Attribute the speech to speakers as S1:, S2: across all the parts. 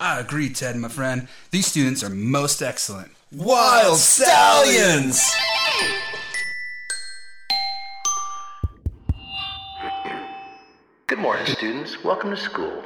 S1: agree, Ted, my friend. These students are most excellent.
S2: Wild Stallions!
S3: Good morning, students. Welcome to school.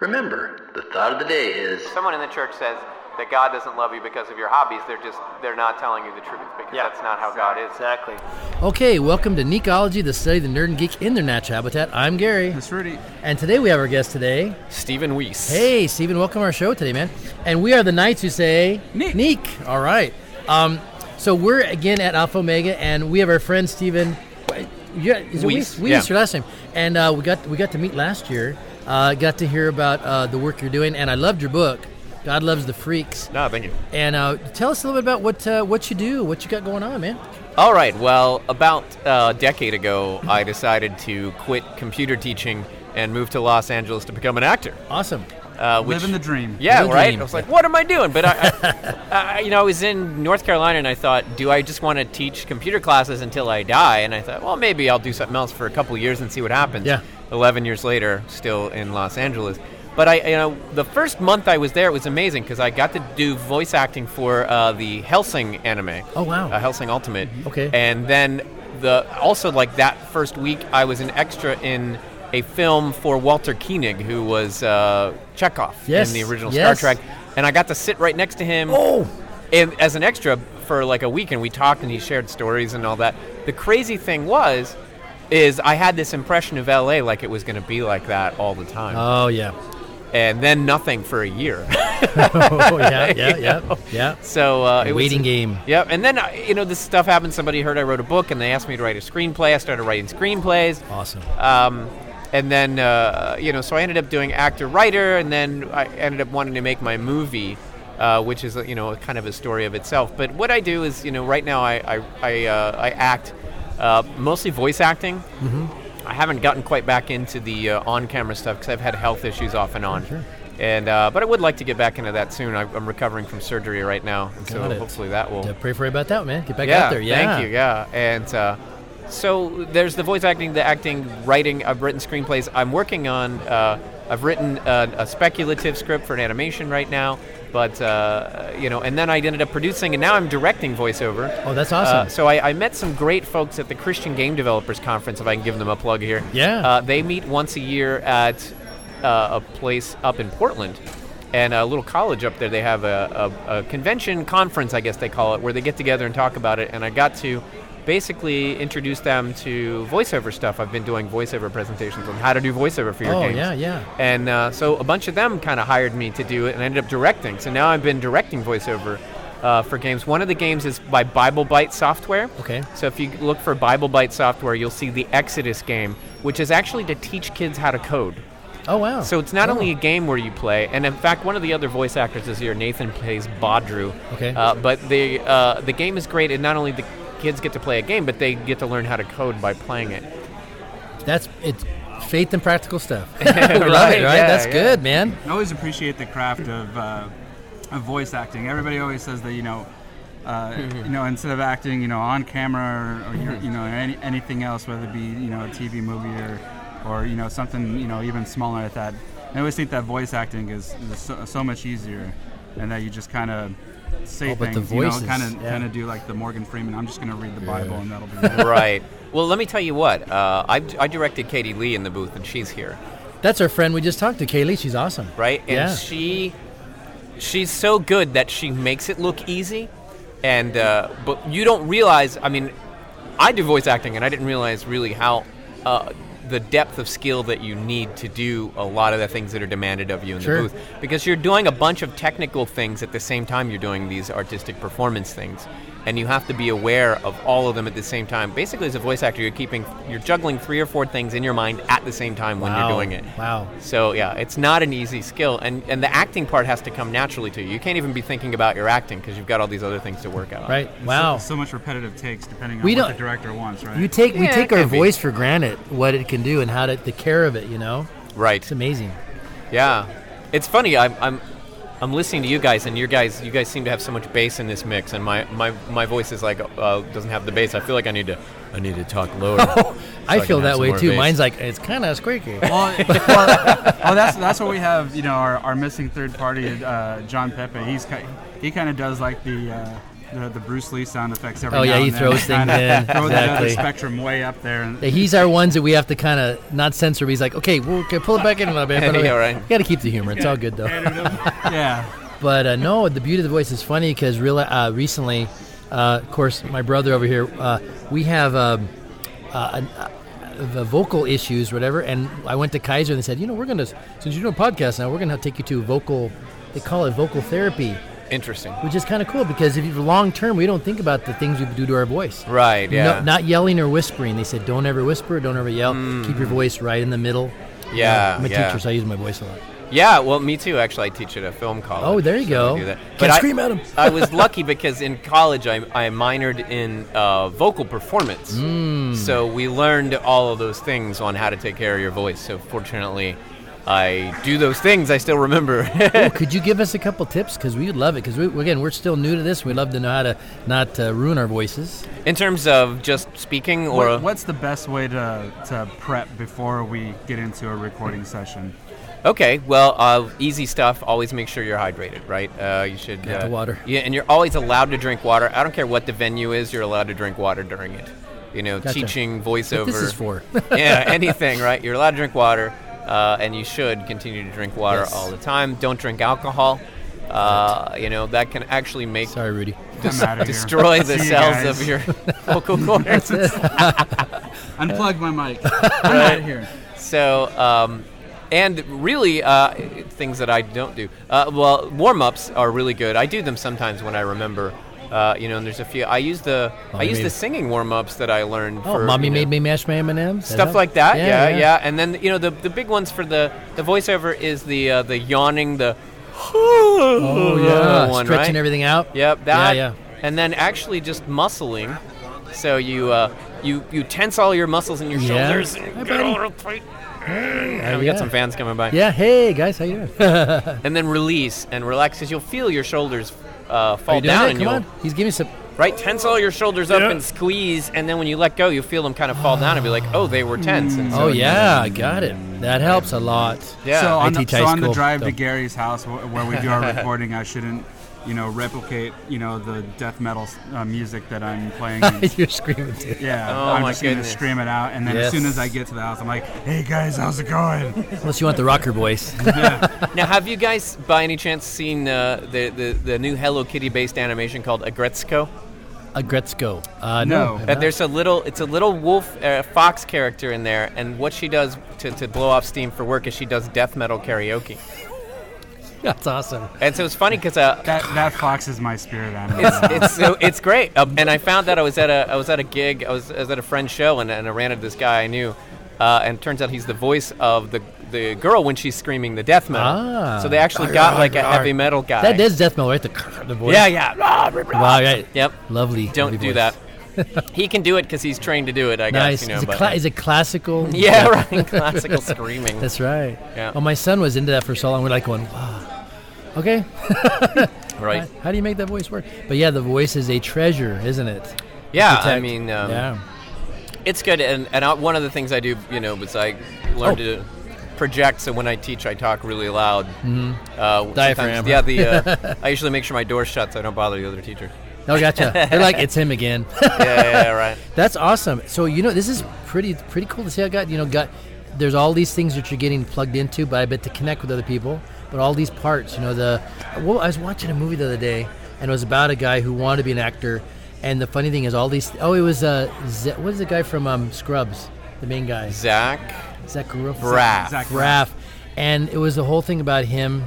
S3: Remember, the thought of the day is
S4: Someone in the church says that God doesn't love you because of your hobbies. They're just they're not telling you the truth because that's not how God is. Exactly.
S5: Okay, welcome to Necology, the study of the nerd and geek in their natural habitat. I'm Gary,
S1: That's Rudy.
S5: and today we have our guest today,
S6: Steven Weiss.
S5: Hey, Steven, welcome to our show today, man. And we are the Knights who say
S1: Neek.
S5: Neek. All right. Um, so we're again at Alpha Omega, and we have our friend Steven. uh, Yeah, is it
S6: Weiss,
S5: Weiss? Weiss,
S6: yeah.
S5: your last name. And uh, we got we got to meet last year. Uh, got to hear about uh, the work you're doing, and I loved your book. God loves the freaks.
S6: No, thank you.
S5: And uh, tell us a little bit about what uh, what you do, what you got going on, man.
S6: All right. Well, about uh, a decade ago, I decided to quit computer teaching and move to Los Angeles to become an actor.
S5: Awesome.
S6: Uh, which,
S1: Living the dream.
S6: Yeah,
S5: Living the
S6: right.
S5: dream.
S6: I was like, what am I doing? But I, I, I, you know, I was in North Carolina and I thought, do I just want to teach computer classes until I die? And I thought, well, maybe I'll do something else for a couple years and see what happens.
S5: Yeah.
S6: Eleven years later, still in Los Angeles. But I, you know, the first month I was there, it was amazing because I got to do voice acting for uh, the Helsing anime.
S5: Oh, wow.
S6: Uh, Helsing Ultimate.
S5: Okay.
S6: And then the also like that first week, I was an extra in a film for Walter Koenig, who was uh, Chekhov
S5: Yes,
S6: in the original
S5: yes. Oh.
S6: Star Trek, and I got to sit right next to him. And as an extra for like a week, and we talked, and he shared stories and all that. The crazy thing was, is I had this impression of LA like it was going to be like that all the time,
S5: Oh yeah.
S6: and then nothing for a year.
S5: Oh yeah, yeah, yeah, yeah.
S6: so uh, it was-
S5: Waiting game.
S6: Yep, and then uh, you know this stuff happened. Somebody heard I wrote a book, and they asked me to write a screenplay. I started writing screenplays.
S5: Awesome.
S6: Um, and then, uh, you know, so I ended up doing actor writer, and then I ended up wanting to make my movie, uh, which is, you know, kind of a story of itself. But what I do is, you know, right now I, I, I, uh, I act uh, mostly voice acting.
S5: Mm-hmm.
S6: I haven't gotten quite back into the uh, on camera stuff because I've had health issues off and on. And uh, but I would like to get back into that soon. I, I'm recovering from surgery right now, and so
S5: Got it.
S6: hopefully that will
S5: Yeah, pray for you about that, man. Get back
S6: yeah,
S5: out there. Yeah.
S6: Thank you. Yeah. And uh, so there's the voice acting, the acting, writing. I've written screenplays. I'm working on. Uh, I've written a, a speculative script for an animation right now, but uh, you know, and then I ended up producing, and now I'm directing voiceover.
S5: Oh, that's awesome.
S6: Uh, so I, I met some great folks at the Christian Game Developers Conference. If I can give them a plug here.
S5: Yeah.
S6: Uh, they meet once a year at uh, a place up in Portland. And a little college up there, they have a, a, a convention conference, I guess they call it, where they get together and talk about it. And I got to basically introduce them to voiceover stuff. I've been doing voiceover presentations on how to do voiceover for your
S5: Oh,
S6: games.
S5: yeah, yeah.
S6: And uh, so a bunch of them kind of hired me to do it, and I ended up directing. So now I've been directing voiceover uh, for games. One of the games is by Bible Byte Software.
S5: Okay.
S6: So if you look for Bible Byte software, you'll see the Exodus game, which is actually to teach kids how to code.
S5: Oh wow.
S6: So it's not
S5: Oh.
S6: only a game where you play, and in fact, one of the other voice actors this year, Nathan plays Bodru.
S5: Okay.
S6: Uh, but the uh, the game is great, and not only the kids get to play a game, but they get to learn how to code by playing it.
S5: that's it's faith and practical stuff. We love it, right?
S6: yeah,
S5: that's
S6: yeah.
S5: good, man.
S7: I always appreciate the craft of, uh, of voice acting. Everybody always says that you know, uh, you know, instead of acting, you know, on camera or, or you- you know any, anything else, whether it be you know a TV movie or or you know something you know even smaller like that. I always think that voice acting is, is so, so much easier, and that you just kind of say
S5: Oh, but
S7: things,
S5: the
S7: you
S5: voices,
S7: know, kind of
S5: yeah.
S7: kind of do like the Morgan Freeman. I'm just going to read the Bible and that'll be. it."
S6: right. Well, let me tell you what. Uh, I, I directed Katie Lee in the booth, and she's here,
S5: That's our friend we just talked to, Kaylee. She's awesome.
S6: right? And
S5: yeah.
S6: she she's so good that she makes it look easy, and uh, but you don't realize. I mean, I do voice acting, and I didn't realize really how. Uh, the depth of skill that you need to do a lot of the things that are demanded of you in
S5: Sure.
S6: the booth because you're doing a bunch of technical things at the same time you're doing these artistic performance things and you have to be aware of all of them at the same time basically as a voice actor you're keeping you're juggling three or four things in your mind at the same time when
S5: Wow.
S6: you're doing it
S5: Wow.
S6: so yeah, it's not an easy skill, and and the acting part has to come naturally to you. You can't even be thinking about your acting because you've got all these other things to work out.
S5: right. Wow.
S7: So, so much repetitive takes depending on
S5: We
S7: what
S5: don't-
S7: the director wants, right?
S5: you take we
S6: Yeah,
S5: take
S6: it
S5: our
S6: can be.
S5: voice for granted, what it can do, and how to the care of it. You know,
S6: Right.
S5: it's amazing.
S6: Yeah. It's funny. I'm I'm I'm listening to you guys, and your guys you guys seem to have so much bass in this mix, and my my my voice is like uh, doesn't have the bass. I feel like I need to
S8: I need to talk lower. so
S5: I
S8: can
S5: feel
S8: have
S5: that
S8: some
S5: way
S8: more
S5: too.
S8: bass.
S5: Mine's like it's kind of squeaky.
S7: Well, well, oh, that's that's what we have. You know, our, our missing third party, uh, John Pepe. He's ki- he kind of does like the, uh, the the Bruce Lee sound effects every
S5: Oh,
S7: now
S5: yeah,
S7: and
S5: he
S7: then.
S5: throws things
S7: Kinda
S5: in.
S7: Throw that other
S5: Exactly.
S7: spectrum way up there. And,
S5: Yeah, he's our ones that we have to kind of not censor. But he's like, okay, we'll okay, pull it back in a little bit.
S6: Yeah, right.
S5: You got to keep the humor. It's all good though.
S7: yeah,
S5: But uh, no, the beauty of the voice is funny because real uh, recently, uh, of course, my brother over here, uh, we have um, uh, an, uh, the vocal issues, whatever. And I went to Kaiser and they said, you know, we're gonna since you're doing a podcast now, we're gonna take you to vocal. They call it vocal therapy,
S6: Interesting.
S5: which is kind of cool because if you long term, we don't think about the things we do to our voice.
S6: Right. Yeah.
S5: No, not yelling or whispering. They said, don't ever whisper, don't ever yell. Keep your voice right in the middle.
S6: Mm. Yeah,
S5: I'm a
S6: yeah.
S5: teacher, so I use my voice a lot.
S6: Yeah, well, me too. Actually, I teach at a film college.
S5: Oh, there you
S6: so
S5: go.
S6: I do that.
S5: Can't
S6: But I-
S5: scream at 'em.
S6: I was lucky because in college I, I minored in uh, vocal performance.
S5: Hmm.
S6: So we learned all of those things on how to take care of your voice. So fortunately, I do those things. I still remember.
S5: Ooh, could you give us a couple tips? Because we would love it. Because we, again, we're still new to this. We love to know how to not uh, ruin our voices.
S6: in terms of just speaking or
S7: What- what's the best way to to prep before we get into a recording session?
S6: Okay, well, uh, easy stuff. Always make sure you're hydrated, right? Uh, you should.
S5: Get
S6: uh,
S5: the water.
S6: Yeah, and you're always allowed to drink water. I don't care what the venue is. You're allowed to drink water during it. You know,
S5: Gotcha.
S6: teaching
S5: What
S6: voiceover.
S5: this is for.
S6: yeah, anything, right? You're allowed to drink water, uh, and you should continue to drink water
S5: Yes.
S6: all the time. Don't drink alcohol. Uh, you know that can actually make
S5: Sorry, Rudy.
S7: I'm out of here.
S6: destroy the
S7: See you
S6: cells
S7: guys.
S6: of your vocal cords.
S7: Unplug my mic. I'm out of here.
S6: So, um, and really, uh, things that I don't do. Uh, well, warm ups are really good. I do them sometimes when I remember. Uh, you know, and there's a few. I use the
S5: Mommy
S6: I use
S5: made-
S6: the singing warm ups that I learned.
S5: Oh,
S6: for,
S5: mommy
S6: you know,
S5: made me mash my M and M's.
S6: Stuff like that, yeah, yeah, And then you know the the big ones for the the voiceover is the uh, the yawning, the
S5: Oh yeah,
S6: one,
S5: stretching
S6: right?
S5: everything out.
S6: Yep, that.
S5: Yeah,
S6: And then actually just muscling. So you uh, you you tense all your muscles in your
S5: Yeah.
S6: shoulders. And
S5: Hi,
S6: get
S5: buddy.
S6: all real tight.
S5: yeah.
S6: we
S5: yeah.
S6: got some fans coming by.
S5: Yeah. Hey guys, how you doing?
S6: and then release and relax because you'll feel your shoulders uh, fall
S5: you doing
S6: down
S5: it?
S6: and
S5: Come
S6: you'll
S5: on. He's giving me some.
S6: right tense all your shoulders up and squeeze and then when you let go you'll feel them kind of fall down and be like oh they were tense and so
S5: Oh yeah, I got it. That helps a lot.
S6: yeah
S7: So on, the,
S5: teach high
S7: so on the
S5: school,
S7: drive
S5: so-
S7: to Gary's house, wh- where we do our recording, I shouldn't, you know, replicate, you know, the death metal uh, music that I'm playing. And,
S5: You're screaming too.
S7: yeah,
S6: Oh,
S7: I'm
S6: my
S7: just gonna
S6: goodness.
S7: scream it out, and then
S5: Yes.
S7: as soon as I get to the house, I'm like, "Hey guys, how's it going?"
S5: Unless you want the rocker voice.
S6: now have you guys by any chance seen uh, the, the the new hello kitty based animation called agretzko
S5: A Gretzko. Uh,
S7: No.
S5: no. I'm
S6: Uh,
S5: not.
S6: there's a little, it's a little wolf, uh, fox character in there, and what she does to, to blow off steam for work is she does death metal karaoke.
S5: That's awesome.
S6: And so it's funny because uh,
S7: That that fox is my spirit animal.
S6: it's it's so it's great.
S5: Um,
S6: Uh, and I found that I was at a I was at a gig. I was, I was at a friend's show, and, and I ran into this guy I knew. Uh, and it turns out he's the voice of the the girl when she's screaming the death metal.
S5: Ah.
S6: so they actually got like a heavy metal guy.
S5: That is death metal, right? The, the voice. Ah,
S6: Yeah, yeah.
S5: Wow. Right.
S6: Yep.
S5: Lovely.
S6: Don't
S5: lovely
S6: do
S5: voice.
S6: that. he can do it because he's trained to do it. I
S5: Nice.
S6: guess you know.
S5: it's, a
S6: but-
S5: cla- it's a classical.
S6: yeah, right. Classical screaming.
S5: That's right.
S6: Yeah.
S5: Well, my son was into that for so long. We're like going, wow. Okay.
S6: right.
S5: How do you make that voice work? But yeah, the voice is a treasure, isn't it?
S6: Yeah, I
S5: Protect.
S6: mean, um,
S5: yeah.
S6: it's good. And, and I, one of the things I do, you know, was I learned
S5: Oh.
S6: to project. So when I teach, I talk really loud. Mm-hmm. Uh,
S5: Diaphragm.
S6: sometimes- Yeah, the uh, I usually make sure my door's shut so I don't bother the other teacher.
S5: Oh, gotcha. They're like, it's him again.
S6: Yeah, yeah, yeah, right.
S5: That's awesome. So you know, this is pretty pretty cool to see. I got you know got there's all these things that you're getting plugged into, but I bet to connect with other people. But all these parts, you know, the well, I was watching a movie the other day, and it was about a guy who wanted to be an actor. And the funny thing is, all these oh, it was uh, Z- what is the guy from um, Scrubs, the main guy,
S6: Zach
S5: Zach Braff.
S6: Braff.
S7: Zach
S5: Braff. And it was the whole thing about him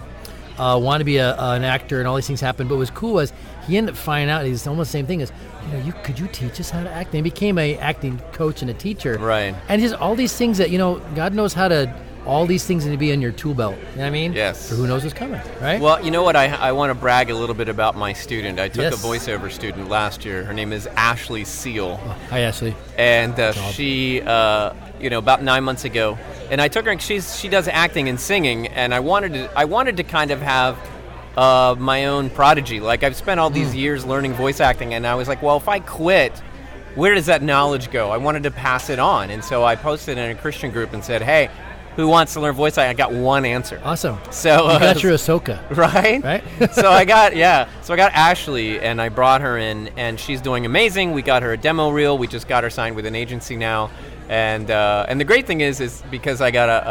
S5: uh, wanting to be a, an actor and all these things happened. But what was cool was he ended up finding out he's almost the same thing as you know you could you teach us how to act? And he became a acting coach and a teacher.
S6: Right.
S5: And just all these things that you know God knows how to all these things need to be in your tool belt. You know what I mean?
S6: Yes.
S5: For who knows what's coming, right?
S6: Well, you know what? I, I want to brag a little bit about my student. I took
S5: Yes.
S6: a voiceover student last year. Her name is Ashley Seal.
S5: Hi Ashley.
S6: and uh, she, uh, you know, about nine months ago, and I took her. She's she does acting and singing, and I wanted to I wanted to kind of have uh, my own prodigy. Like I've spent all these years learning voice acting, and I was like, well, if I quit, where does that knowledge go? I wanted to pass it on, and so I posted in a Christian group and said, "Hey, who wants to learn voice acting?" I got one answer.
S5: Awesome.
S6: So,
S5: you
S6: uh,
S5: got your Ahsoka.
S6: right?
S5: Right?
S6: so I got yeah. So I got Ashley, and I brought her in, and she's doing amazing. We got her a demo reel. We just got her signed with an agency now, and uh, and the great thing is, is because I got a,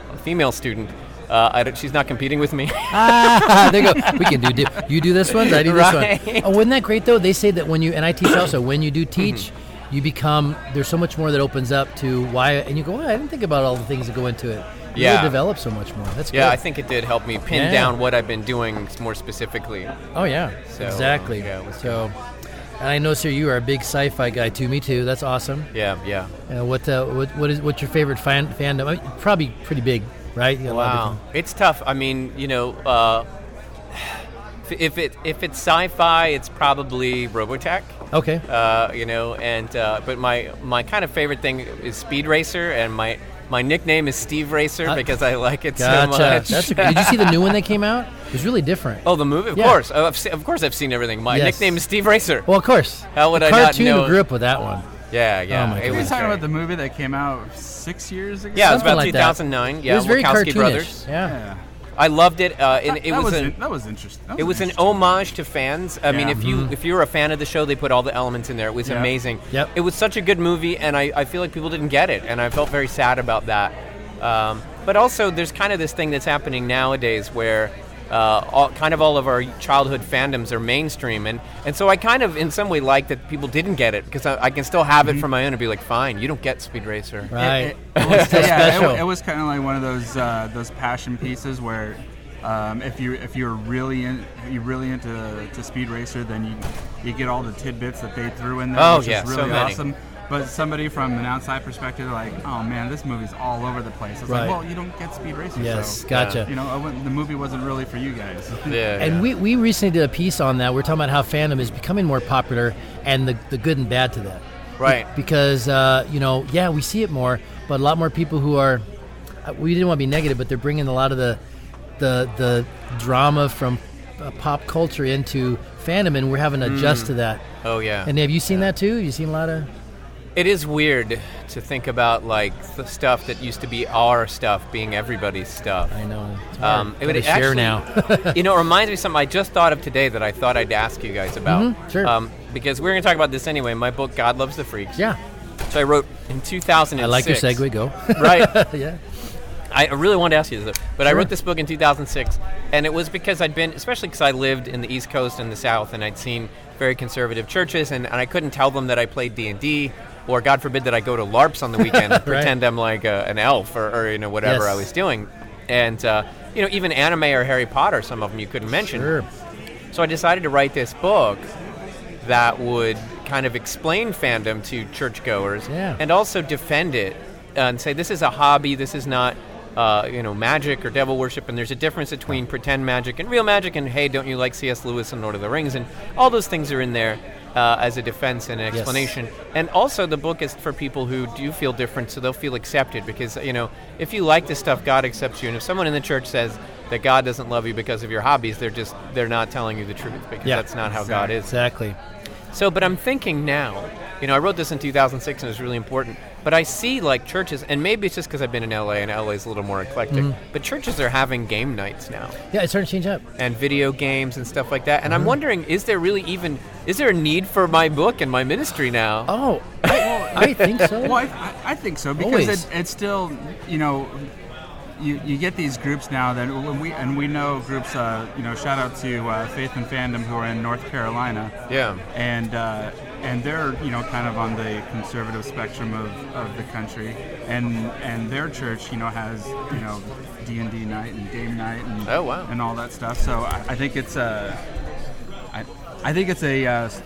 S6: a, a female student. Uh, I don't- she's not competing with me.
S5: ah, there you go. We can do, do you do this one, I do this
S6: Right.
S5: one. Oh, wasn't that great though? They say that when you and I teach also when you do teach, you become there's so much more that opens up to why and you go. Oh, I didn't think about all the things that go into it. You
S6: Yeah.
S5: develop so much more. That's
S6: yeah,
S5: good.
S6: I think it did help me pin
S5: Yeah.
S6: down what I've been doing more specifically.
S5: Oh yeah,
S6: So,
S5: exactly.
S6: yeah, it was
S5: so, and I know, sir, you are a big sci-fi guy too. Me too. That's awesome.
S6: Yeah, yeah.
S5: Uh, what, uh, what what is what's your favorite fan, fandom? I mean, probably pretty big, right? You got a lot of
S6: Wow,
S5: different-
S6: Um, it's tough. I mean, you know, uh, if it if it's sci-fi, it's probably Robotech.
S5: Okay.
S6: uh, you know. And uh, but my my kind of favorite thing is Speed Racer, and my my nickname is Steve Racer
S5: Uh,
S6: because I like it so
S5: Gotcha.
S6: much.
S5: That's a, did you see the new one that came out? It was really different.
S6: oh, the movie, of
S5: Yeah.
S6: course. Oh, I've se- of course, I've seen everything. My
S5: Yes.
S6: nickname is Steve Racer.
S5: Well, of course.
S6: How would
S5: the
S6: I not
S5: cartoon
S6: know?
S5: grew up with that one.
S6: yeah, yeah.
S5: Oh my
S6: it
S5: God.
S7: Are
S6: was
S7: we talking
S6: great.
S7: about the movie that came out six years ago?
S6: yeah, it was
S5: Something
S6: about
S5: like that.
S6: 2009. Yeah,
S5: it was very
S6: Wachowski
S5: cartoonish.
S6: brothers.
S5: Yeah.
S7: Yeah.
S6: I loved it, uh, and
S7: That-
S6: it
S7: that
S6: was,
S7: in-
S6: an
S7: that was interesting. That
S6: it was an
S7: interesting-
S6: homage to fans. I mean,
S7: Yeah.
S6: if you if you were a fan of the show, they put all the elements in there. It was
S7: Yep.
S6: amazing.
S5: Mm. Yep.
S6: It was such a good movie, and I, I feel like people didn't get it, and I felt very sad about that. Um, but also, there's kind of this thing that's happening nowadays where. Uh, all, kind of all of our childhood fandoms are mainstream, and, and so I kind of, in some way, like that people didn't get it because I, I can still have it for my own and be like, fine, you don't get Speed Racer.
S5: Mm-hmm. Right.
S7: It was,
S5: Still
S7: yeah, it-
S5: special.
S7: It, was kind of like one of those uh, those passion pieces where um, if you if you're really in, you really into to Speed Racer, then you you get all the tidbits that they threw in there,
S6: Oh,
S7: which
S6: yeah,
S7: is
S6: so
S7: really
S6: many.
S7: awesome. But somebody from an outside perspective, like, oh man, this movie's all over the place. It's
S5: Right.
S7: like, well, you don't get Speed Racer.
S5: Yes,
S7: so,
S5: gotcha.
S7: You know, I wouldn't- the movie wasn't really for you guys.
S6: Yeah,
S5: And we, we recently did a piece on that. We're talking about how fandom is becoming more popular and the, the good and bad to that.
S6: Right.
S5: Be- because, uh, you know, yeah, we see it more, but a lot more people who are, uh, we didn't want to be negative, but they're bringing a lot of the the, the drama from uh, pop culture into fandom, and we're having to adjust to that.
S6: oh yeah.
S5: And have you seen that too? You seen a lot of.
S6: It is weird to think about like the stuff that used to be our stuff being everybody's stuff.
S5: I know. It's hard.
S6: Um, it
S5: Gotta
S6: would
S5: share
S6: actually,
S5: now.
S6: you know, it reminds me of something I just thought of today that I thought I'd ask you guys about.
S5: Mhm, sure.
S6: Um, because we're going to talk about this anyway. My book, God Loves the Freaks.
S5: yeah.
S6: So I wrote in 2006.
S5: I like your segue. Go.
S6: Right.
S5: yeah.
S6: I really wanted to ask you this, though. but I
S5: Sure.
S6: wrote this book in 2006, and it was because I'd been, especially because I lived in the East Coast and the South, and I'd seen very conservative churches, and, and I couldn't tell them that I played D and D, or God forbid that I go to LARPs on the weekend and pretend I'm like a, an elf or, or you know whatever
S5: Yes.
S6: I was doing, and uh, you know even anime or Harry Potter, some of them you couldn't mention.
S5: Sure.
S6: So I decided to write this book that would kind of explain fandom to churchgoers
S5: Yeah.
S6: and also defend it uh, and say this is a hobby, this is not uh, you know magic or devil worship, and there's a difference between pretend magic and real magic. And hey, don't you like C.S. Lewis and Lord of the Rings? And all those things are in there. Uh, as a defense and an explanation, and also the book is for people who do feel different, so they'll feel accepted. Because you know, if you like this stuff, God accepts you. And if someone in the church says that God doesn't love you because of your hobbies, they're just they're not telling you the truth because
S5: Yeah.
S6: that's not how God is.
S5: Exactly.
S6: So, but I'm thinking now, you know, I wrote this in 2006 and it was really important, but I see like churches, and maybe it's just because I've been in LA and LA is a little more eclectic,
S5: Mm-hmm.
S6: but churches are having game nights now
S5: Yeah, it's starting to change up.
S6: and video games and stuff like that. And
S5: Mm-hmm.
S6: I'm wondering, is there really even, is there a need for my book and my ministry now?
S5: Oh, I, I think so.
S7: Well, I, I- I think so because
S5: Always.
S7: it, it's still, you know, you, you get these groups now that when we and we know groups. Uh, you know, shout out to uh, Faith and Fandom who are in North Carolina,
S6: Yeah.
S7: and uh, and they're you know kind of on the conservative spectrum of, of the country, and and their church you know has you know D and D night and game night and
S6: Oh, wow.
S7: and all that stuff. So I, I think it's uh, I, I think it's a, uh, s-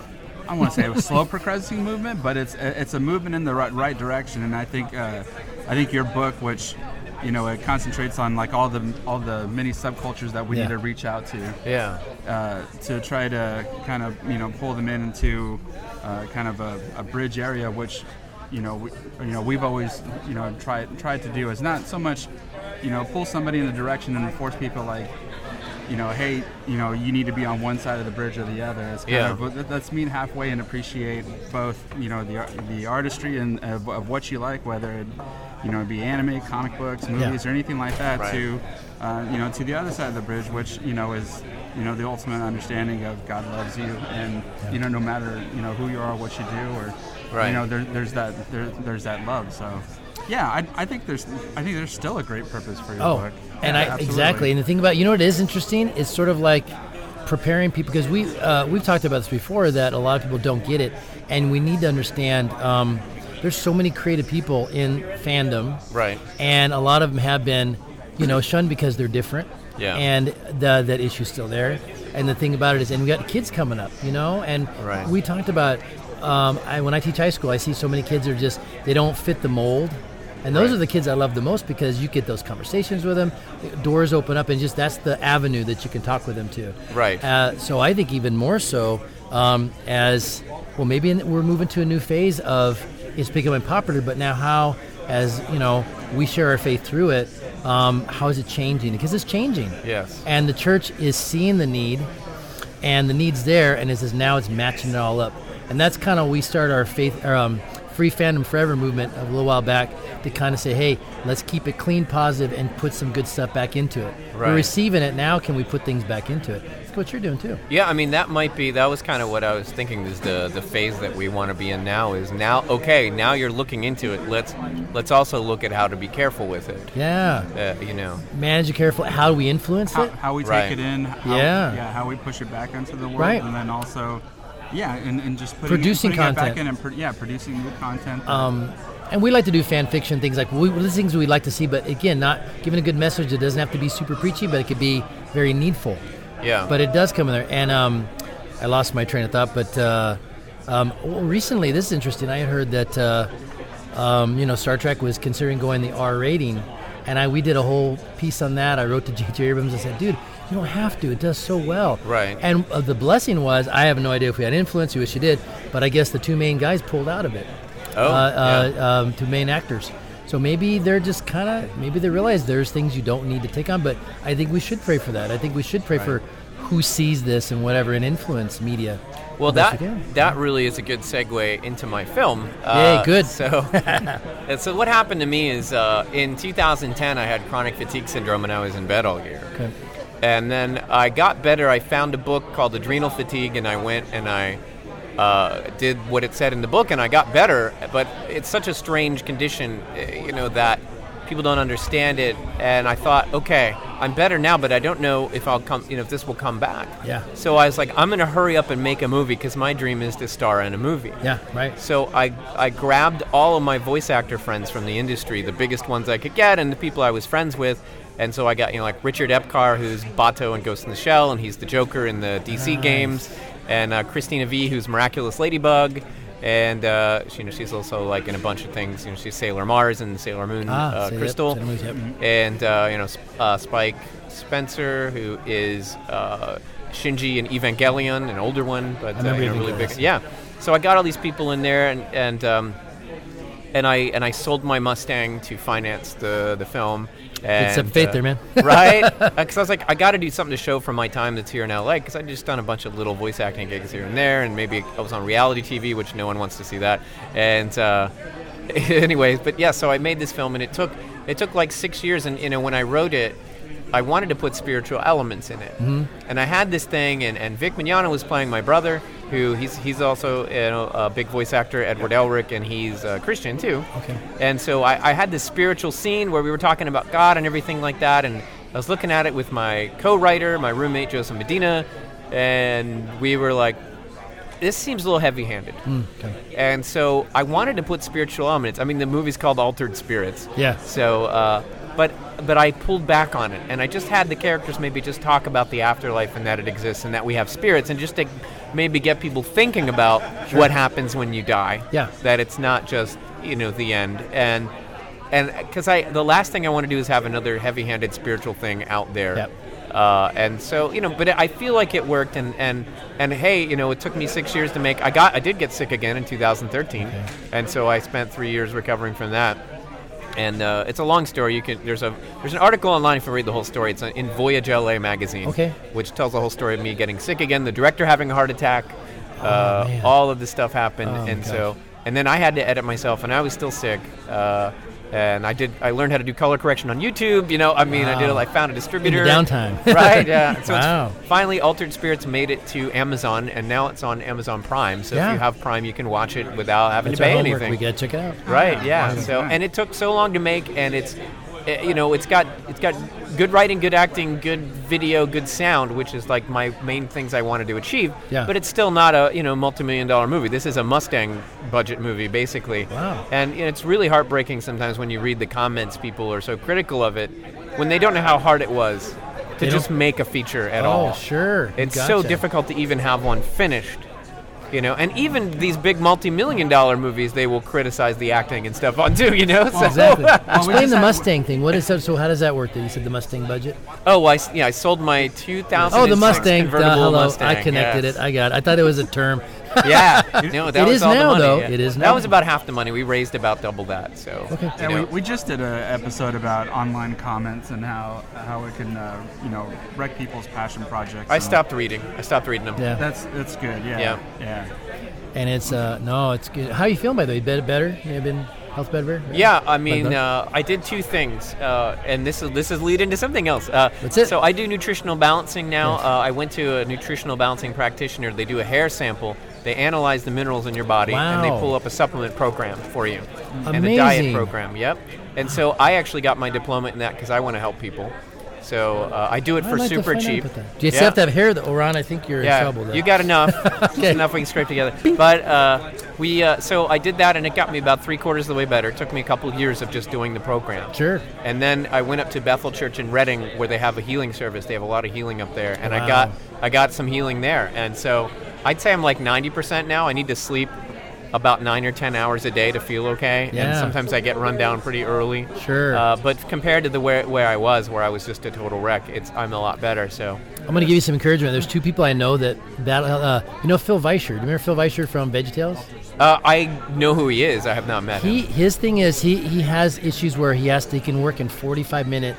S7: I want to say a slow progressing movement, but it's it's a movement in the right, right direction. And I think uh, I think your book, which you know, it concentrates on like all the all the many subcultures that we
S5: Yeah.
S7: need to reach out to,
S6: Yeah.
S7: uh, to try to kind of you know pull them in into uh, kind of a, a bridge area, which you know we, you know we've always you know tried tried to do is not so much you know pull somebody in the direction and force people like you know, hey, you know, you need to be on one side of the bridge or the other. It's kind
S6: Yeah.
S7: of, but let- let's meet halfway and appreciate both, you know, the ar- the artistry and of, of what you like, whether it, you know, be anime, comic books, movies, or anything like that,
S6: Right.
S7: to, uh, you know, to the other side of the bridge, which you know is, you know, the ultimate understanding of God loves you, and you know, no matter you know who you are, what you do, or
S6: Right.
S7: you know, there, there's that there, there's that love. So. Yeah, I, I think there's I think there's still a great purpose for your
S5: Oh,
S7: book.
S5: and
S7: Yeah,
S5: I
S7: absolutely.
S5: exactly. And the thing about you know what is interesting It's sort of like preparing people because we uh, we've talked about this before that a lot of people don't get it, and we need to understand. Um, there's so many creative people in fandom,
S6: Right.
S5: And a lot of them have been, you know, shunned because they're different.
S6: Yeah.
S5: And the, that issue's still there. And the thing about it is, and we got kids coming up, you know, and
S6: Right.
S5: we talked about. Um, I, when I teach high school, I see so many kids are just they don't fit the mold, and those
S6: Right.
S5: are the kids I love the most because you get those conversations with them, doors open up, and just that's the avenue that you can talk with them to.
S6: Right.
S5: Uh, so I think even more so um, as well. Maybe in, we're moving to a new phase of it's becoming popular, but now how, as you know, we share our faith through it. Um, how is it changing? Because it's changing.
S6: Yes.
S5: And the church is seeing the need, and the need's there, and it says now it's matching it all up, and that's kind of we start our faith, our, um, free fandom forever movement a little while back to kind of say, hey, let's keep it clean, positive, and put some good stuff back into it.
S6: Right.
S5: We're receiving it now. Can we put things back into it? That's what you're doing too.
S6: Yeah, I mean that might be that was kind of what I was thinking is the the phase that we want to be in now is now okay, now you're looking into it. Let's let's also look at how to be careful with it.
S5: Yeah.
S6: Uh, you know.
S5: Manage it carefully. How do we influence
S7: how,
S5: it?
S7: how we take
S6: Right.
S7: it in, how,
S5: Yeah.
S7: how we push it back into the world,
S5: Right.
S7: and then also, yeah, and, and just putting
S5: Producing
S7: it, putting it back
S5: content.
S7: in and pro- yeah, producing new content.
S5: And we like to do fan fiction things like we, the things we like to see, but again, not giving a good message. It doesn't have to be super preachy, but it could be very needful.
S6: Yeah.
S5: But it does come in there. And um, I lost my train of thought, but uh, um, well, recently, this is interesting. I had heard that uh, um, you know Star Trek was considering going the R rating, and I we did a whole piece on that. I wrote to J.J. Abrams and said, "Dude, you don't have to. It does so well."
S6: Right.
S5: And uh, the blessing was, I have no idea if we had influence. We wish you did, but I guess the two main guys pulled out of it
S6: Oh,
S5: uh,
S6: yeah.
S5: uh, um, to main actors. So maybe they're just kind of maybe they realize there's things you don't need to take on. But I think we should pray for that. I think we should pray for who sees this and whatever and influence media.
S6: Well,
S5: the best
S6: that
S5: we can.
S6: that really is a good segue into my film. uh,
S5: good.
S6: So, and so what happened to me is uh, in 2010 I had chronic fatigue syndrome and I was in bed all year.
S5: Okay.
S6: And then I got better. I found a book called Adrenal Fatigue, and I went and I uh, did what it said in the book, and I got better. But it's such a strange condition, eh, you know, that people don't understand it. And I thought, okay, I'm better now, but I don't know if I'll come, you know, if this will come back.
S5: Yeah.
S6: So I was like, I'm going to hurry up and make a movie because my dream is to star in a movie.
S5: Yeah, right.
S6: So I, I grabbed all of my voice actor friends from the industry, the biggest ones I could get, and the people I was friends with. And so I got, you know, like Richard Epcar, who's Bato in Ghost in the Shell, and he's the Joker in the DC games, and uh, Christina V, who's Miraculous Ladybug, and uh, she, you know, she's also like in a bunch of things. You know, she's Sailor Mars and Sailor Moon
S5: Ah,
S6: uh,
S5: so yep,
S6: Crystal,
S5: Sailor Moon, yep.
S6: and uh, you know Sp- uh, Spike Spencer, who is uh, Shinji and Evangelion, an older one, but uh,
S5: remember
S6: you know, really
S5: Evangelion.
S6: big. Yeah. So I got all these people in there, and and um, and I and I sold my Mustang to finance the the film. And, uh,
S5: some faith there, man.
S6: right? Because I was like, I got to do something to show for my time that's here in LA. Because I just done a bunch of little voice acting gigs here and there, and maybe I was on reality TV, which no one wants to see that. And uh, anyways, but yeah, so I made this film, and it took it took like six years. And you know, when I wrote it, I wanted to put spiritual elements in it. And I had this thing, and, and Vic Mignogna was playing my brother, who he's he's also you know, a big voice actor, Edward Elric, and he's a Christian too.
S5: Okay.
S6: And so I, I had this spiritual scene where we were talking about God and everything like that, and I was looking at it with my co-writer, my roommate Joseph Medina, and we were like, "This seems a little heavy-handed."
S5: Okay.
S6: And so I wanted to put spiritual elements. I mean, the movie's called Altered Spirits.
S5: Yeah.
S6: So, uh, but but I pulled back on it, and I just had the characters maybe just talk about the afterlife and that it exists and that we have spirits, and just to maybe get people thinking about what happens when you die.
S5: Yeah.
S6: That it's not just you know the end and. And because I, the last thing I want to do is have another heavy-handed spiritual thing out there,
S5: Yep.
S6: uh, and so you know, but I feel like it worked, and and and hey, you know, it took me six years to make. I got, I did get sick again in 2013, and so I spent three years recovering from that, and uh, it's a long story. You can there's a there's an article online if you read the whole story. It's in Voyage LA magazine,
S5: Okay.
S6: which tells the whole story of me getting sick again, the director having a heart attack, uh,
S5: Oh, man.
S6: all of this stuff happened,
S5: Oh, my
S6: and
S5: gosh.
S6: so and then I had to edit myself, and I was still sick. Uh, and I did. I learned how to do color correction on YouTube. You know, I mean, I did. it.
S5: Wow.
S6: I found a distributor.
S5: downtime.
S6: right? Yeah. So
S5: Wow.
S6: it's finally, Altered Spirits made it to Amazon, and now it's on Amazon Prime. So
S5: Yeah.
S6: if you have Prime, you can watch it without having
S5: That's
S6: to
S5: our
S6: pay
S5: homework.
S6: anything.
S5: We gotta check it out.
S6: Right. Yeah.
S7: Wow.
S6: So
S7: Yeah.
S6: and it took so long to make, and it's eh, you know it's got it's got good writing, good acting, good video, good sound, which is like my main things I wanted to achieve.
S5: Yeah.
S6: But it's still not a you know multi-million dollar movie. This is a Mustang budget movie basically.
S5: Wow.
S6: And you know, it's really heartbreaking sometimes when you read the comments. People are so critical of it when they don't know how hard it was to
S5: They
S6: just
S5: don't-
S6: make a feature at
S5: Oh,
S6: all.
S5: sure.
S6: It's so
S5: Gotcha.
S6: difficult to even have one finished. You know, and even these big multi-million dollar movies, they will criticize the acting and stuff on too. You know, so
S5: Exactly. Explain
S7: just
S5: the
S7: had-
S5: Mustang thing. What is that? So how does that work? That you said the Mustang budget.
S6: oh, well, I, s- yeah, I sold my 2000.
S5: Oh, the Mustang. Duh,
S6: convertible
S5: hello,
S6: Mustang.
S5: I connected
S6: yes.
S5: it. I got. it. I thought it was a term.
S6: yeah, no, that
S5: It
S6: was
S5: is
S6: all
S5: now,
S6: the money.
S5: though.
S6: yeah.
S5: It is
S6: That
S5: now.
S6: was about half the money. We raised about double that. So
S5: Okay.
S6: you
S7: Yeah, we,
S6: know.
S7: we just did an episode about online comments and how how it can uh, you know wreck people's passion projects.
S6: I
S7: and all.
S6: stopped reading. I stopped reading them.
S5: Yeah.
S7: That's that's good. Yeah.
S6: Yeah.
S7: Yeah.
S5: And it's uh no, it's good. How you feeling by the way? Better, better? You been health better?
S6: Yeah, I mean,
S5: Like that?
S6: uh, I did two things, uh, and this is this is lead into something else. Uh,
S5: That's it.
S6: So I do nutritional balancing now. Uh, I went to a nutritional balancing practitioner. They do a hair sample. They analyze the minerals in your body, and they
S5: Wow.
S6: pull up a supplement program for you and a diet
S5: Amazing.
S6: program. Yep. And so I actually got my diploma in that because I want to help people. So uh, I do it
S5: I'd
S6: for
S5: like to
S6: super
S5: find out
S6: cheap.
S5: about that. Do you
S6: Yeah.
S5: have to have hair though, Oran? I think you're
S6: Yeah,
S5: in trouble. Though.
S6: you got enough. Just
S5: Okay.
S6: enough we can scrape together. But uh, we, uh, so I did that, and it got me about three quarters of the way better. It took me a couple years of just doing the program.
S5: Sure.
S6: And then I went up to Bethel Church in Reading, where they have a healing service. They have a lot of healing up there, and I
S5: Wow.
S6: got I got some healing there. And so I'd say I'm like 90% now. I need to sleep about nine or ten hours a day to feel okay. And
S5: Yeah.
S6: sometimes I get run down pretty early.
S5: Sure.
S6: Uh, but compared to the where, where I was, where I was just a total wreck, it's I'm a lot better. So
S5: I'm going to give you some encouragement. There's two people I know that battle. Uh, you know Phil Weisher. Do you remember Phil Weisher from VeggieTales?
S6: Uh, I know who he is. I have not met
S5: He
S6: him.
S5: his thing is he he has issues where he has to he can work in 45 minute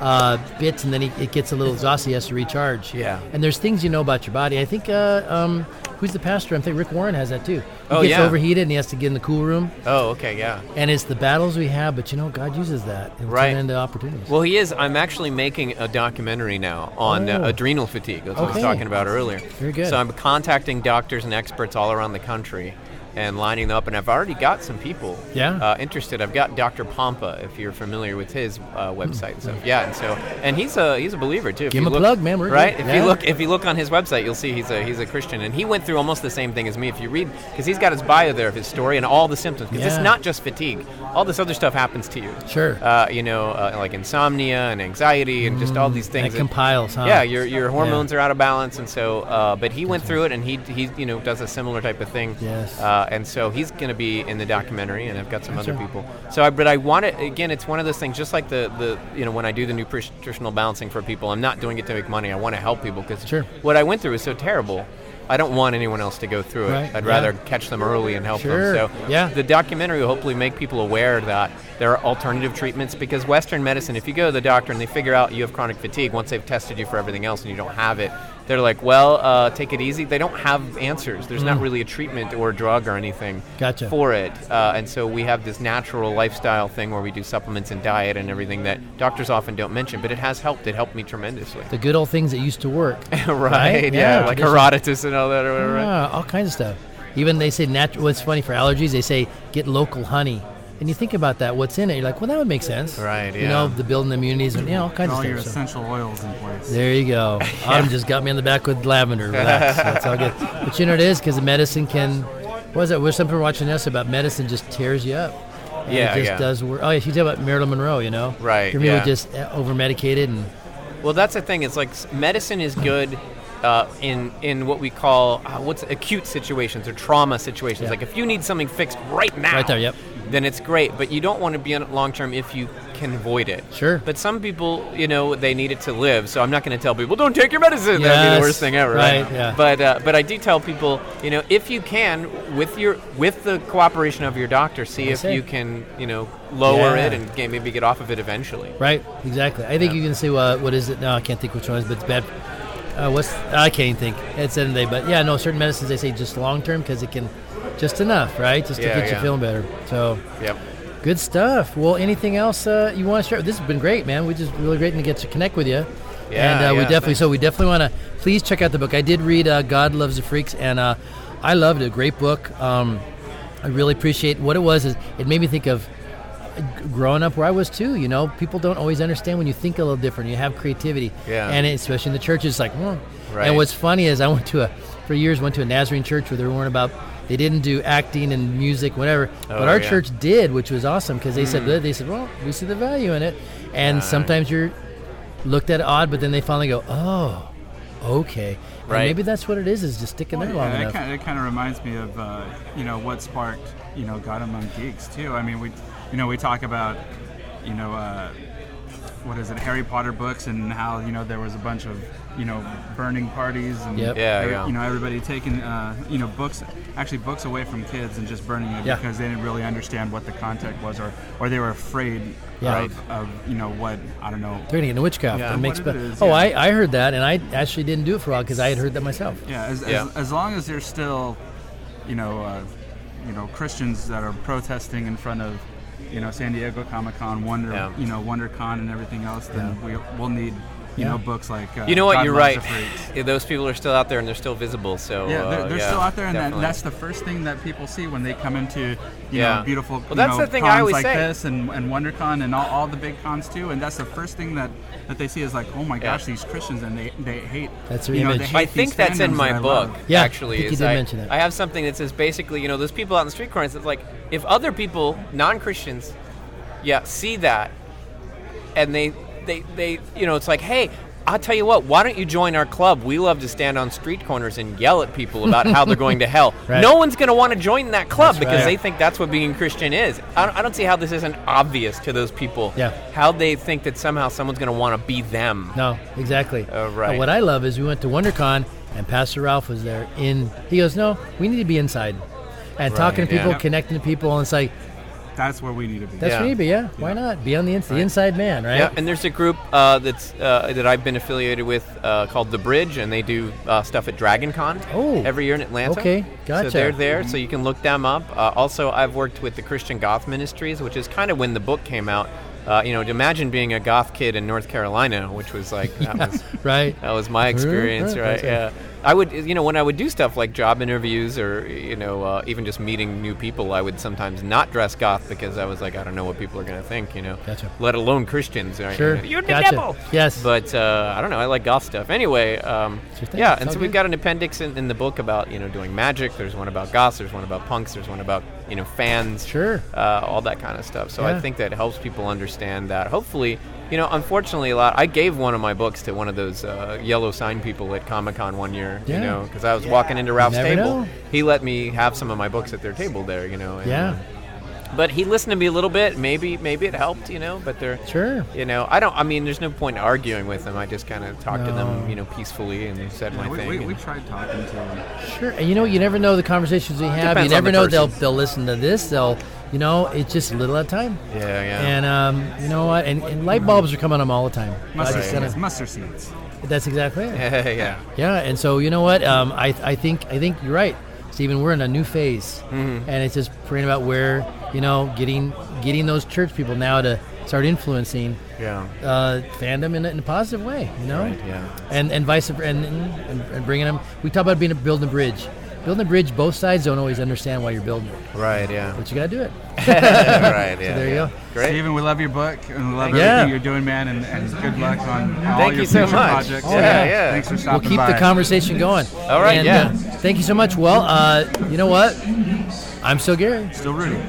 S5: uh, bits and then he, it gets a little exhausted. He has to recharge.
S6: Yeah.
S5: And there's things you know about your body. I think uh, um, who's the pastor? I think Rick Warren has that too. He
S6: Oh,
S5: gets
S6: yeah.
S5: overheated and he has to get in the cool room.
S6: Oh, okay, yeah.
S5: And it's the battles we have, but you know, God uses that and
S6: Right.
S5: turn into opportunities.
S6: Well, he is. I'm actually making a documentary now on uh,
S5: Oh.
S6: adrenal fatigue. That's what I was
S5: Okay.
S6: talking about earlier.
S5: Very good.
S6: So I'm contacting doctors and experts all around the country and lining them up. And I've already got some people
S5: Yeah.
S6: uh, interested. I've got Dr. Pompa, if you're familiar with his uh, website and stuff. Yeah, and so and he's a he's a believer too. If
S5: Mm. Give
S6: you
S5: him a plug, man. We're
S6: right.
S5: good.
S6: If you
S5: Yeah.
S6: look if you look on his website, you'll see he's a he's a Christian, and he went through almost the same thing as me. If you read, because he's got his bio there of his story and all the symptoms, because it's
S5: Yeah.
S6: not just fatigue. All this other stuff happens to you.
S5: Sure.
S6: Uh, you know, uh, like insomnia and anxiety and just all these
S5: And
S6: things.
S5: it
S6: that-
S5: compiles, Mm, huh?
S6: yeah, your, your hormones are out of balance, and so. Uh, but he went through it, and he he you know does a similar type of thing.
S5: Yes.
S6: Uh, and so he's going to be in the documentary, and I've got some other people. So, I, but I want to again. It's one of those things, just like the the you know when I do the nutritional balancing for people, I'm not doing it to make money. I want to help people because
S5: Sure.
S6: what I went through is so terrible. I don't want anyone else to go through it.
S5: Right,
S6: I'd
S5: yeah.
S6: rather catch them early and help
S5: Sure,
S6: them. So
S5: yeah.
S6: the documentary will hopefully make people aware that there are alternative treatments because Western medicine, if you go to the doctor and they figure out you have chronic fatigue, once they've tested you for everything else and you don't have it, they're like, well, uh, take it easy. They don't have answers. There's not really a treatment or a drug or anything
S5: Mm. Gotcha.
S6: for it. Uh, and so we have this natural lifestyle thing where we do supplements and diet and everything that doctors often don't mention, but it has helped. It helped me tremendously.
S5: The good old things that used to work.
S6: right,
S5: Right?
S6: Yeah,
S5: Yeah,
S6: like
S5: tradition-
S6: Herodotus and all that or whatever.
S5: Yeah, all kinds of stuff. Even they say natural. What's funny for allergies? They say get local honey, and you think about that. What's in it? You're like, well, that would make sense,
S6: Right,
S5: You know,
S6: yeah.
S5: the building the immunities and you know all
S7: Get
S5: kinds
S7: all your
S5: of stuff. so.
S7: essential oils in place.
S5: There you go. Autumn just got me on the back with lavender. Relax. That's all good. But you know what it is because medicine can. What was that? Wish something watching us about medicine just tears you up. And
S6: Yeah,
S5: Ah, it just
S6: yeah.
S5: does work. Oh, yeah, you talk about Marilyn Monroe, you know,
S6: Right,
S5: You're really
S6: yeah.
S5: just over medicated and
S6: Well, that's the thing. It's like s- medicine is good uh, in in what we call uh, what's acute situations or trauma situations.
S5: Yeah.
S6: Like if you need something fixed right now,
S5: Right there, yep.
S6: then it's great. But you don't want to be in it long term if you can avoid it.
S5: Sure.
S6: But some people, you know, they need it to live. So I'm not going to tell people, don't take your medicine. That'd be
S5: Yes.
S6: the worst thing ever.
S5: Right, yeah.
S6: But uh, but I do tell people, you know, if you can, with your with the cooperation of your doctor, see if
S5: it.
S6: you can, you know, lower
S5: Yeah.
S6: it and get, maybe get off of it eventually.
S5: Right, exactly. I think you can say, well, what is it? No, I can't think which one is, but it's bad. Uh, what's I can't even think. It's the end of the day, but yeah, no. Certain medicines they say just long term because it can just enough, right? Just
S6: Yeah,
S5: to get
S6: yeah.
S5: you feeling better. So
S6: Yep.
S5: good stuff. Well, anything else uh, you want to share? This has been great, man. We just really great to get to connect with you.
S6: Yeah,
S5: and uh, we
S6: yeah,
S5: definitely
S6: thanks.
S5: so we definitely want to please check out the book. I did read uh, God Loves the Freaks, and uh, I loved it. Great book. Um, I really appreciate what it was. Is it made me think of uh, growing up where I was too. You know, people don't always understand when you think a little different. You have creativity,
S6: Yeah.
S5: and it- especially in the church, it's like, hmm.
S6: Right.
S5: and what's funny is I went to a for years went to a Nazarene church where they weren't about they didn't do acting and music whatever, but our
S6: Oh, yeah. Hmm.
S5: church did, which was awesome because they said they said, well, we see the value in it, and
S6: Uh-huh.
S5: sometimes you're looked at odd, but then they finally go, oh, okay. And
S6: Right.
S5: maybe that's what it is, is just sticking there long
S7: Yeah,
S5: enough.
S7: it kind, of, it kind of reminds me of uh, you know what sparked you know God Among Geeks too. I mean, we you know we talk about you know uh, what is it Harry Potter books and how you know there was a bunch of you know burning parties and
S5: Yep.
S6: Yeah,
S7: every-
S6: yeah.
S7: you know everybody taking uh, you know books actually books away from kids and just burning it
S5: Yeah.
S7: because they didn't really understand what the content was or or they were afraid
S5: Yeah.
S7: of, of you know what I don't know
S5: They're gonna get into witchcraft.
S6: Yeah.
S5: It makes
S7: What it
S5: be-
S7: is,
S5: oh,
S7: yeah.
S5: I, I heard that, and I actually didn't do it for a while because I had heard that myself.
S7: Yeah, as,
S6: Yeah.
S7: As, as long as there's still, you know, uh, you know, Christians that are protesting in front of, you know, San Diego Comic Con, Wonder,
S6: Yeah.
S7: you know, WonderCon, and everything else, then we, we'll need, you
S5: Yeah.
S7: know, books like. Uh,
S6: You know what?
S7: God
S6: You're
S7: Loves
S6: right.
S7: the Freaks.
S6: Yeah, Those people are still out there and they're still visible. So
S7: Yeah,
S6: uh,
S7: they're, they're
S6: yeah,
S7: still out there, and that,
S6: definitely.
S7: that's the first thing that people see when they come into, you
S6: Yeah.
S7: know, beautiful
S6: Well,
S7: you
S6: that's
S7: know,
S6: the thing I
S7: cons
S6: always
S7: like
S6: say.
S7: this and, and WonderCon and all, all the big cons too. And that's the first thing that, that they see is like, oh my
S6: Yeah.
S7: gosh, these Christians, and they, they hate.
S5: That's their
S7: you know,
S5: image.
S7: they hate
S6: I
S7: these
S6: think that's in
S7: fandoms
S6: my
S7: that I
S6: book.
S7: love.
S5: Yeah,
S6: actually,
S5: I think you
S6: is
S5: did
S6: I,
S5: mention it.
S6: I have something that says basically, you know, those people out in the street corners. It's like if other people, non-Christians, yeah, see that, and they, they, they, you know, it's like, hey. I'll tell you what, why don't you join our club? We love to stand on street corners and yell at people about how they're going to hell.
S5: Right.
S6: No one's going to want to join that club because
S5: right.
S6: they think that's what being Christian is. I don't, I don't see how this isn't obvious to those people.
S5: Yeah.
S6: How they think that somehow someone's going to want to be them.
S5: No, exactly.
S6: Oh, right.
S5: Uh, what I love is we went to WonderCon and Pastor Ralph was there. In he goes, no, we need to be inside and talking to
S6: yeah.
S5: people,
S6: Yep.
S5: connecting to people, and it's like
S7: That's where we need to be.
S5: that's
S6: Yeah.
S5: maybe yeah, why not be on the, ins- the inside man, right?
S6: Yeah, and there's a group uh, that's uh, that I've been affiliated with uh, called The Bridge, and they do uh, stuff at DragonCon
S5: Oh,
S6: every year in Atlanta.
S5: okay,
S6: So
S5: gotcha. Mm-hmm.
S6: they're there, so you can look them up. Uh, also, I've worked with the Christian Goth Ministries, which is kind of when the book came out. Uh, you know, to imagine being a goth kid in North Carolina, which was like that was
S5: Right.
S6: that was my experience,
S5: Yeah,
S6: right?
S5: that's
S6: Yeah. I would, you know, when I would do stuff like job interviews or, you know, uh, even just meeting new people, I would sometimes not dress goth because I was like, I don't know what people are going to think, you know.
S5: Gotcha.
S6: Let alone Christians. Right?
S5: Sure.
S6: You're the
S5: Gotcha.
S6: devil.
S5: Yes.
S6: But uh, I don't know. I like goth stuff. Anyway, um,
S5: your thing.
S6: yeah.
S5: It's
S6: And
S5: all
S6: so we've
S5: good.
S6: got an appendix in, in the book about, you know, doing magic. There's one about goths. There's one about punks. There's one about, you know, fans
S5: Sure.
S6: uh, all that kind of stuff. So
S5: Yeah.
S6: I think that helps people understand that. Hopefully, you know, unfortunately, a lot. I gave one of my books to one of those uh, yellow sign people at Comic Con one year.
S5: Yeah.
S6: You know, because I was walking into Ralph's
S5: never
S6: table.
S5: know.
S6: He let me have some of my books at their table there. You know. And,
S5: Yeah.
S6: uh, But he listened to me a little bit. Maybe, maybe it helped. You know. But they're
S5: Sure.
S6: You know, I don't. I mean, there's no point in arguing with them. I just kind of talked to
S5: No.
S6: them, you know, peacefully and said my
S7: we,
S6: thing.
S7: we,
S6: and-
S7: we tried talking to them.
S5: Sure, and you know you never know the conversations we have.
S6: Depends
S5: you
S6: on
S5: never
S6: the
S5: know they'll
S6: person.
S5: they'll listen to this. They'll you know it's just a little at a time.
S6: yeah, yeah.
S5: And um, you know what? And, and light bulbs are coming on all the time. I
S7: Mustard
S5: just
S7: seeds.
S5: gotta-
S7: Mustard seeds.
S5: that's exactly it.
S6: yeah.
S5: Yeah, and so you know what? Um, I, I think I think you're right, Stephen. We're in a new phase,
S6: Mm-hmm.
S5: and it's just praying about where you know getting getting those church people now to start influencing
S6: Yeah.
S5: uh, fandom in a, in a positive way. You know,
S6: Right, yeah.
S5: and and vice ver- and, and and bringing them. We talk about being a, building a bridge. Building a bridge, both sides don't always understand why you're building it,
S6: Right. Yeah.
S5: but you got to do it.
S6: right. Yeah.
S5: There you
S6: yeah.
S5: go.
S6: Great.
S7: Steven, we love your book and we love
S5: you. Yeah.
S7: everything you're doing, man. And, and good luck on all
S6: Thank
S7: your
S6: you so
S7: future
S6: much.
S7: projects.
S6: Oh, yeah,
S7: And
S6: yeah.
S7: Thanks for
S5: We'll
S7: stopping
S5: keep
S7: by.
S5: the conversation going.
S6: All right,
S5: And,
S6: yeah.
S5: uh, thank you so much. Well, uh, you know what? I'm still Gary.
S7: Still rooting.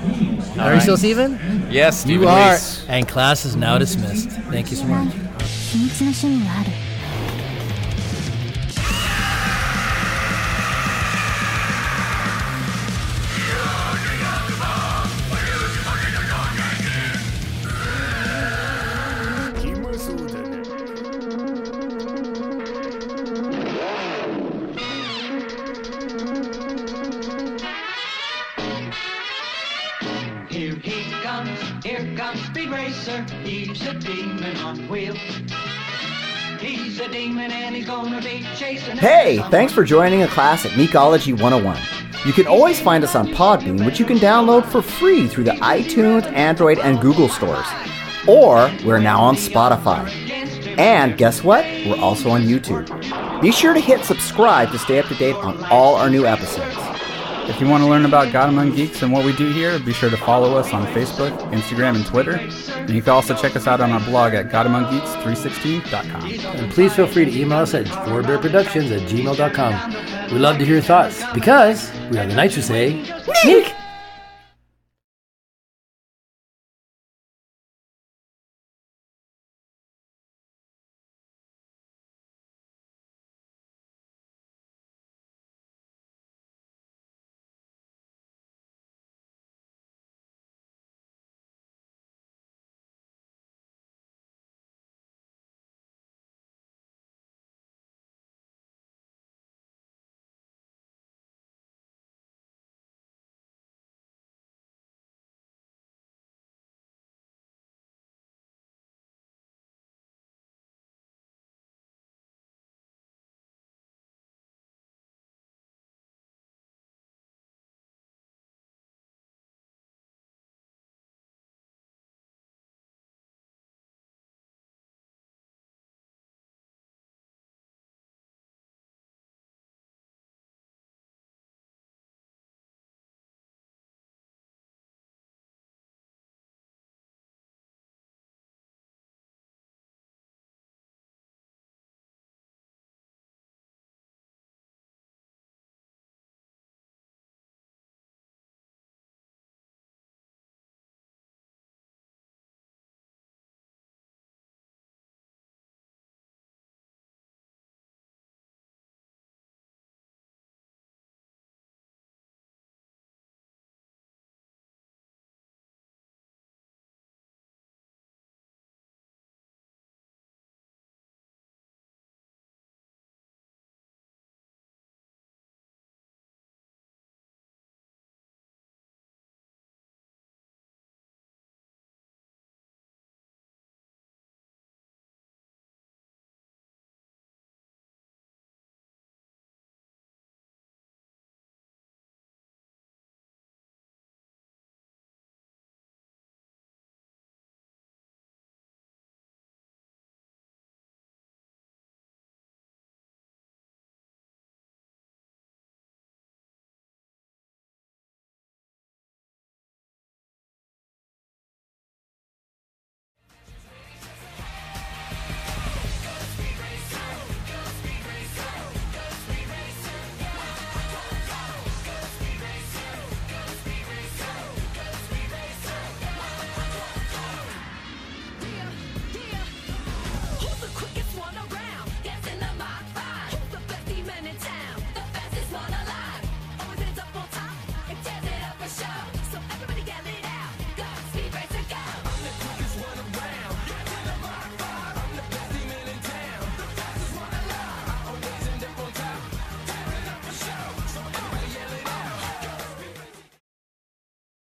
S5: Are you still Steven?
S6: Yes, Stephen
S5: you are,
S6: Reese.
S5: and class is now dismissed. Thank you so much.
S8: 秘密の趣味がある
S9: 「 Speed Racer, he's a demon on wheels. He's a demon and he's gonna be chasing.
S10: Hey, thanks for joining a class at Meekology 101. You can always find us on Podbean, which you can download for free through the iTunes, Android, and Google stores. Or we're now on Spotify. And guess what? We're also on YouTube. Be sure to hit subscribe to stay up to date on all our new episodes.
S7: If you want to learn about God Among Geeks and what we do here, be sure to follow us on Facebook, Instagram, and Twitter. And you can also check us out on our blog at GodAmongGeeks316.com.
S5: And please feel free to email us at warbearproductions at gmail.com. We love to hear your thoughts because we are the Nitrous A. Nick!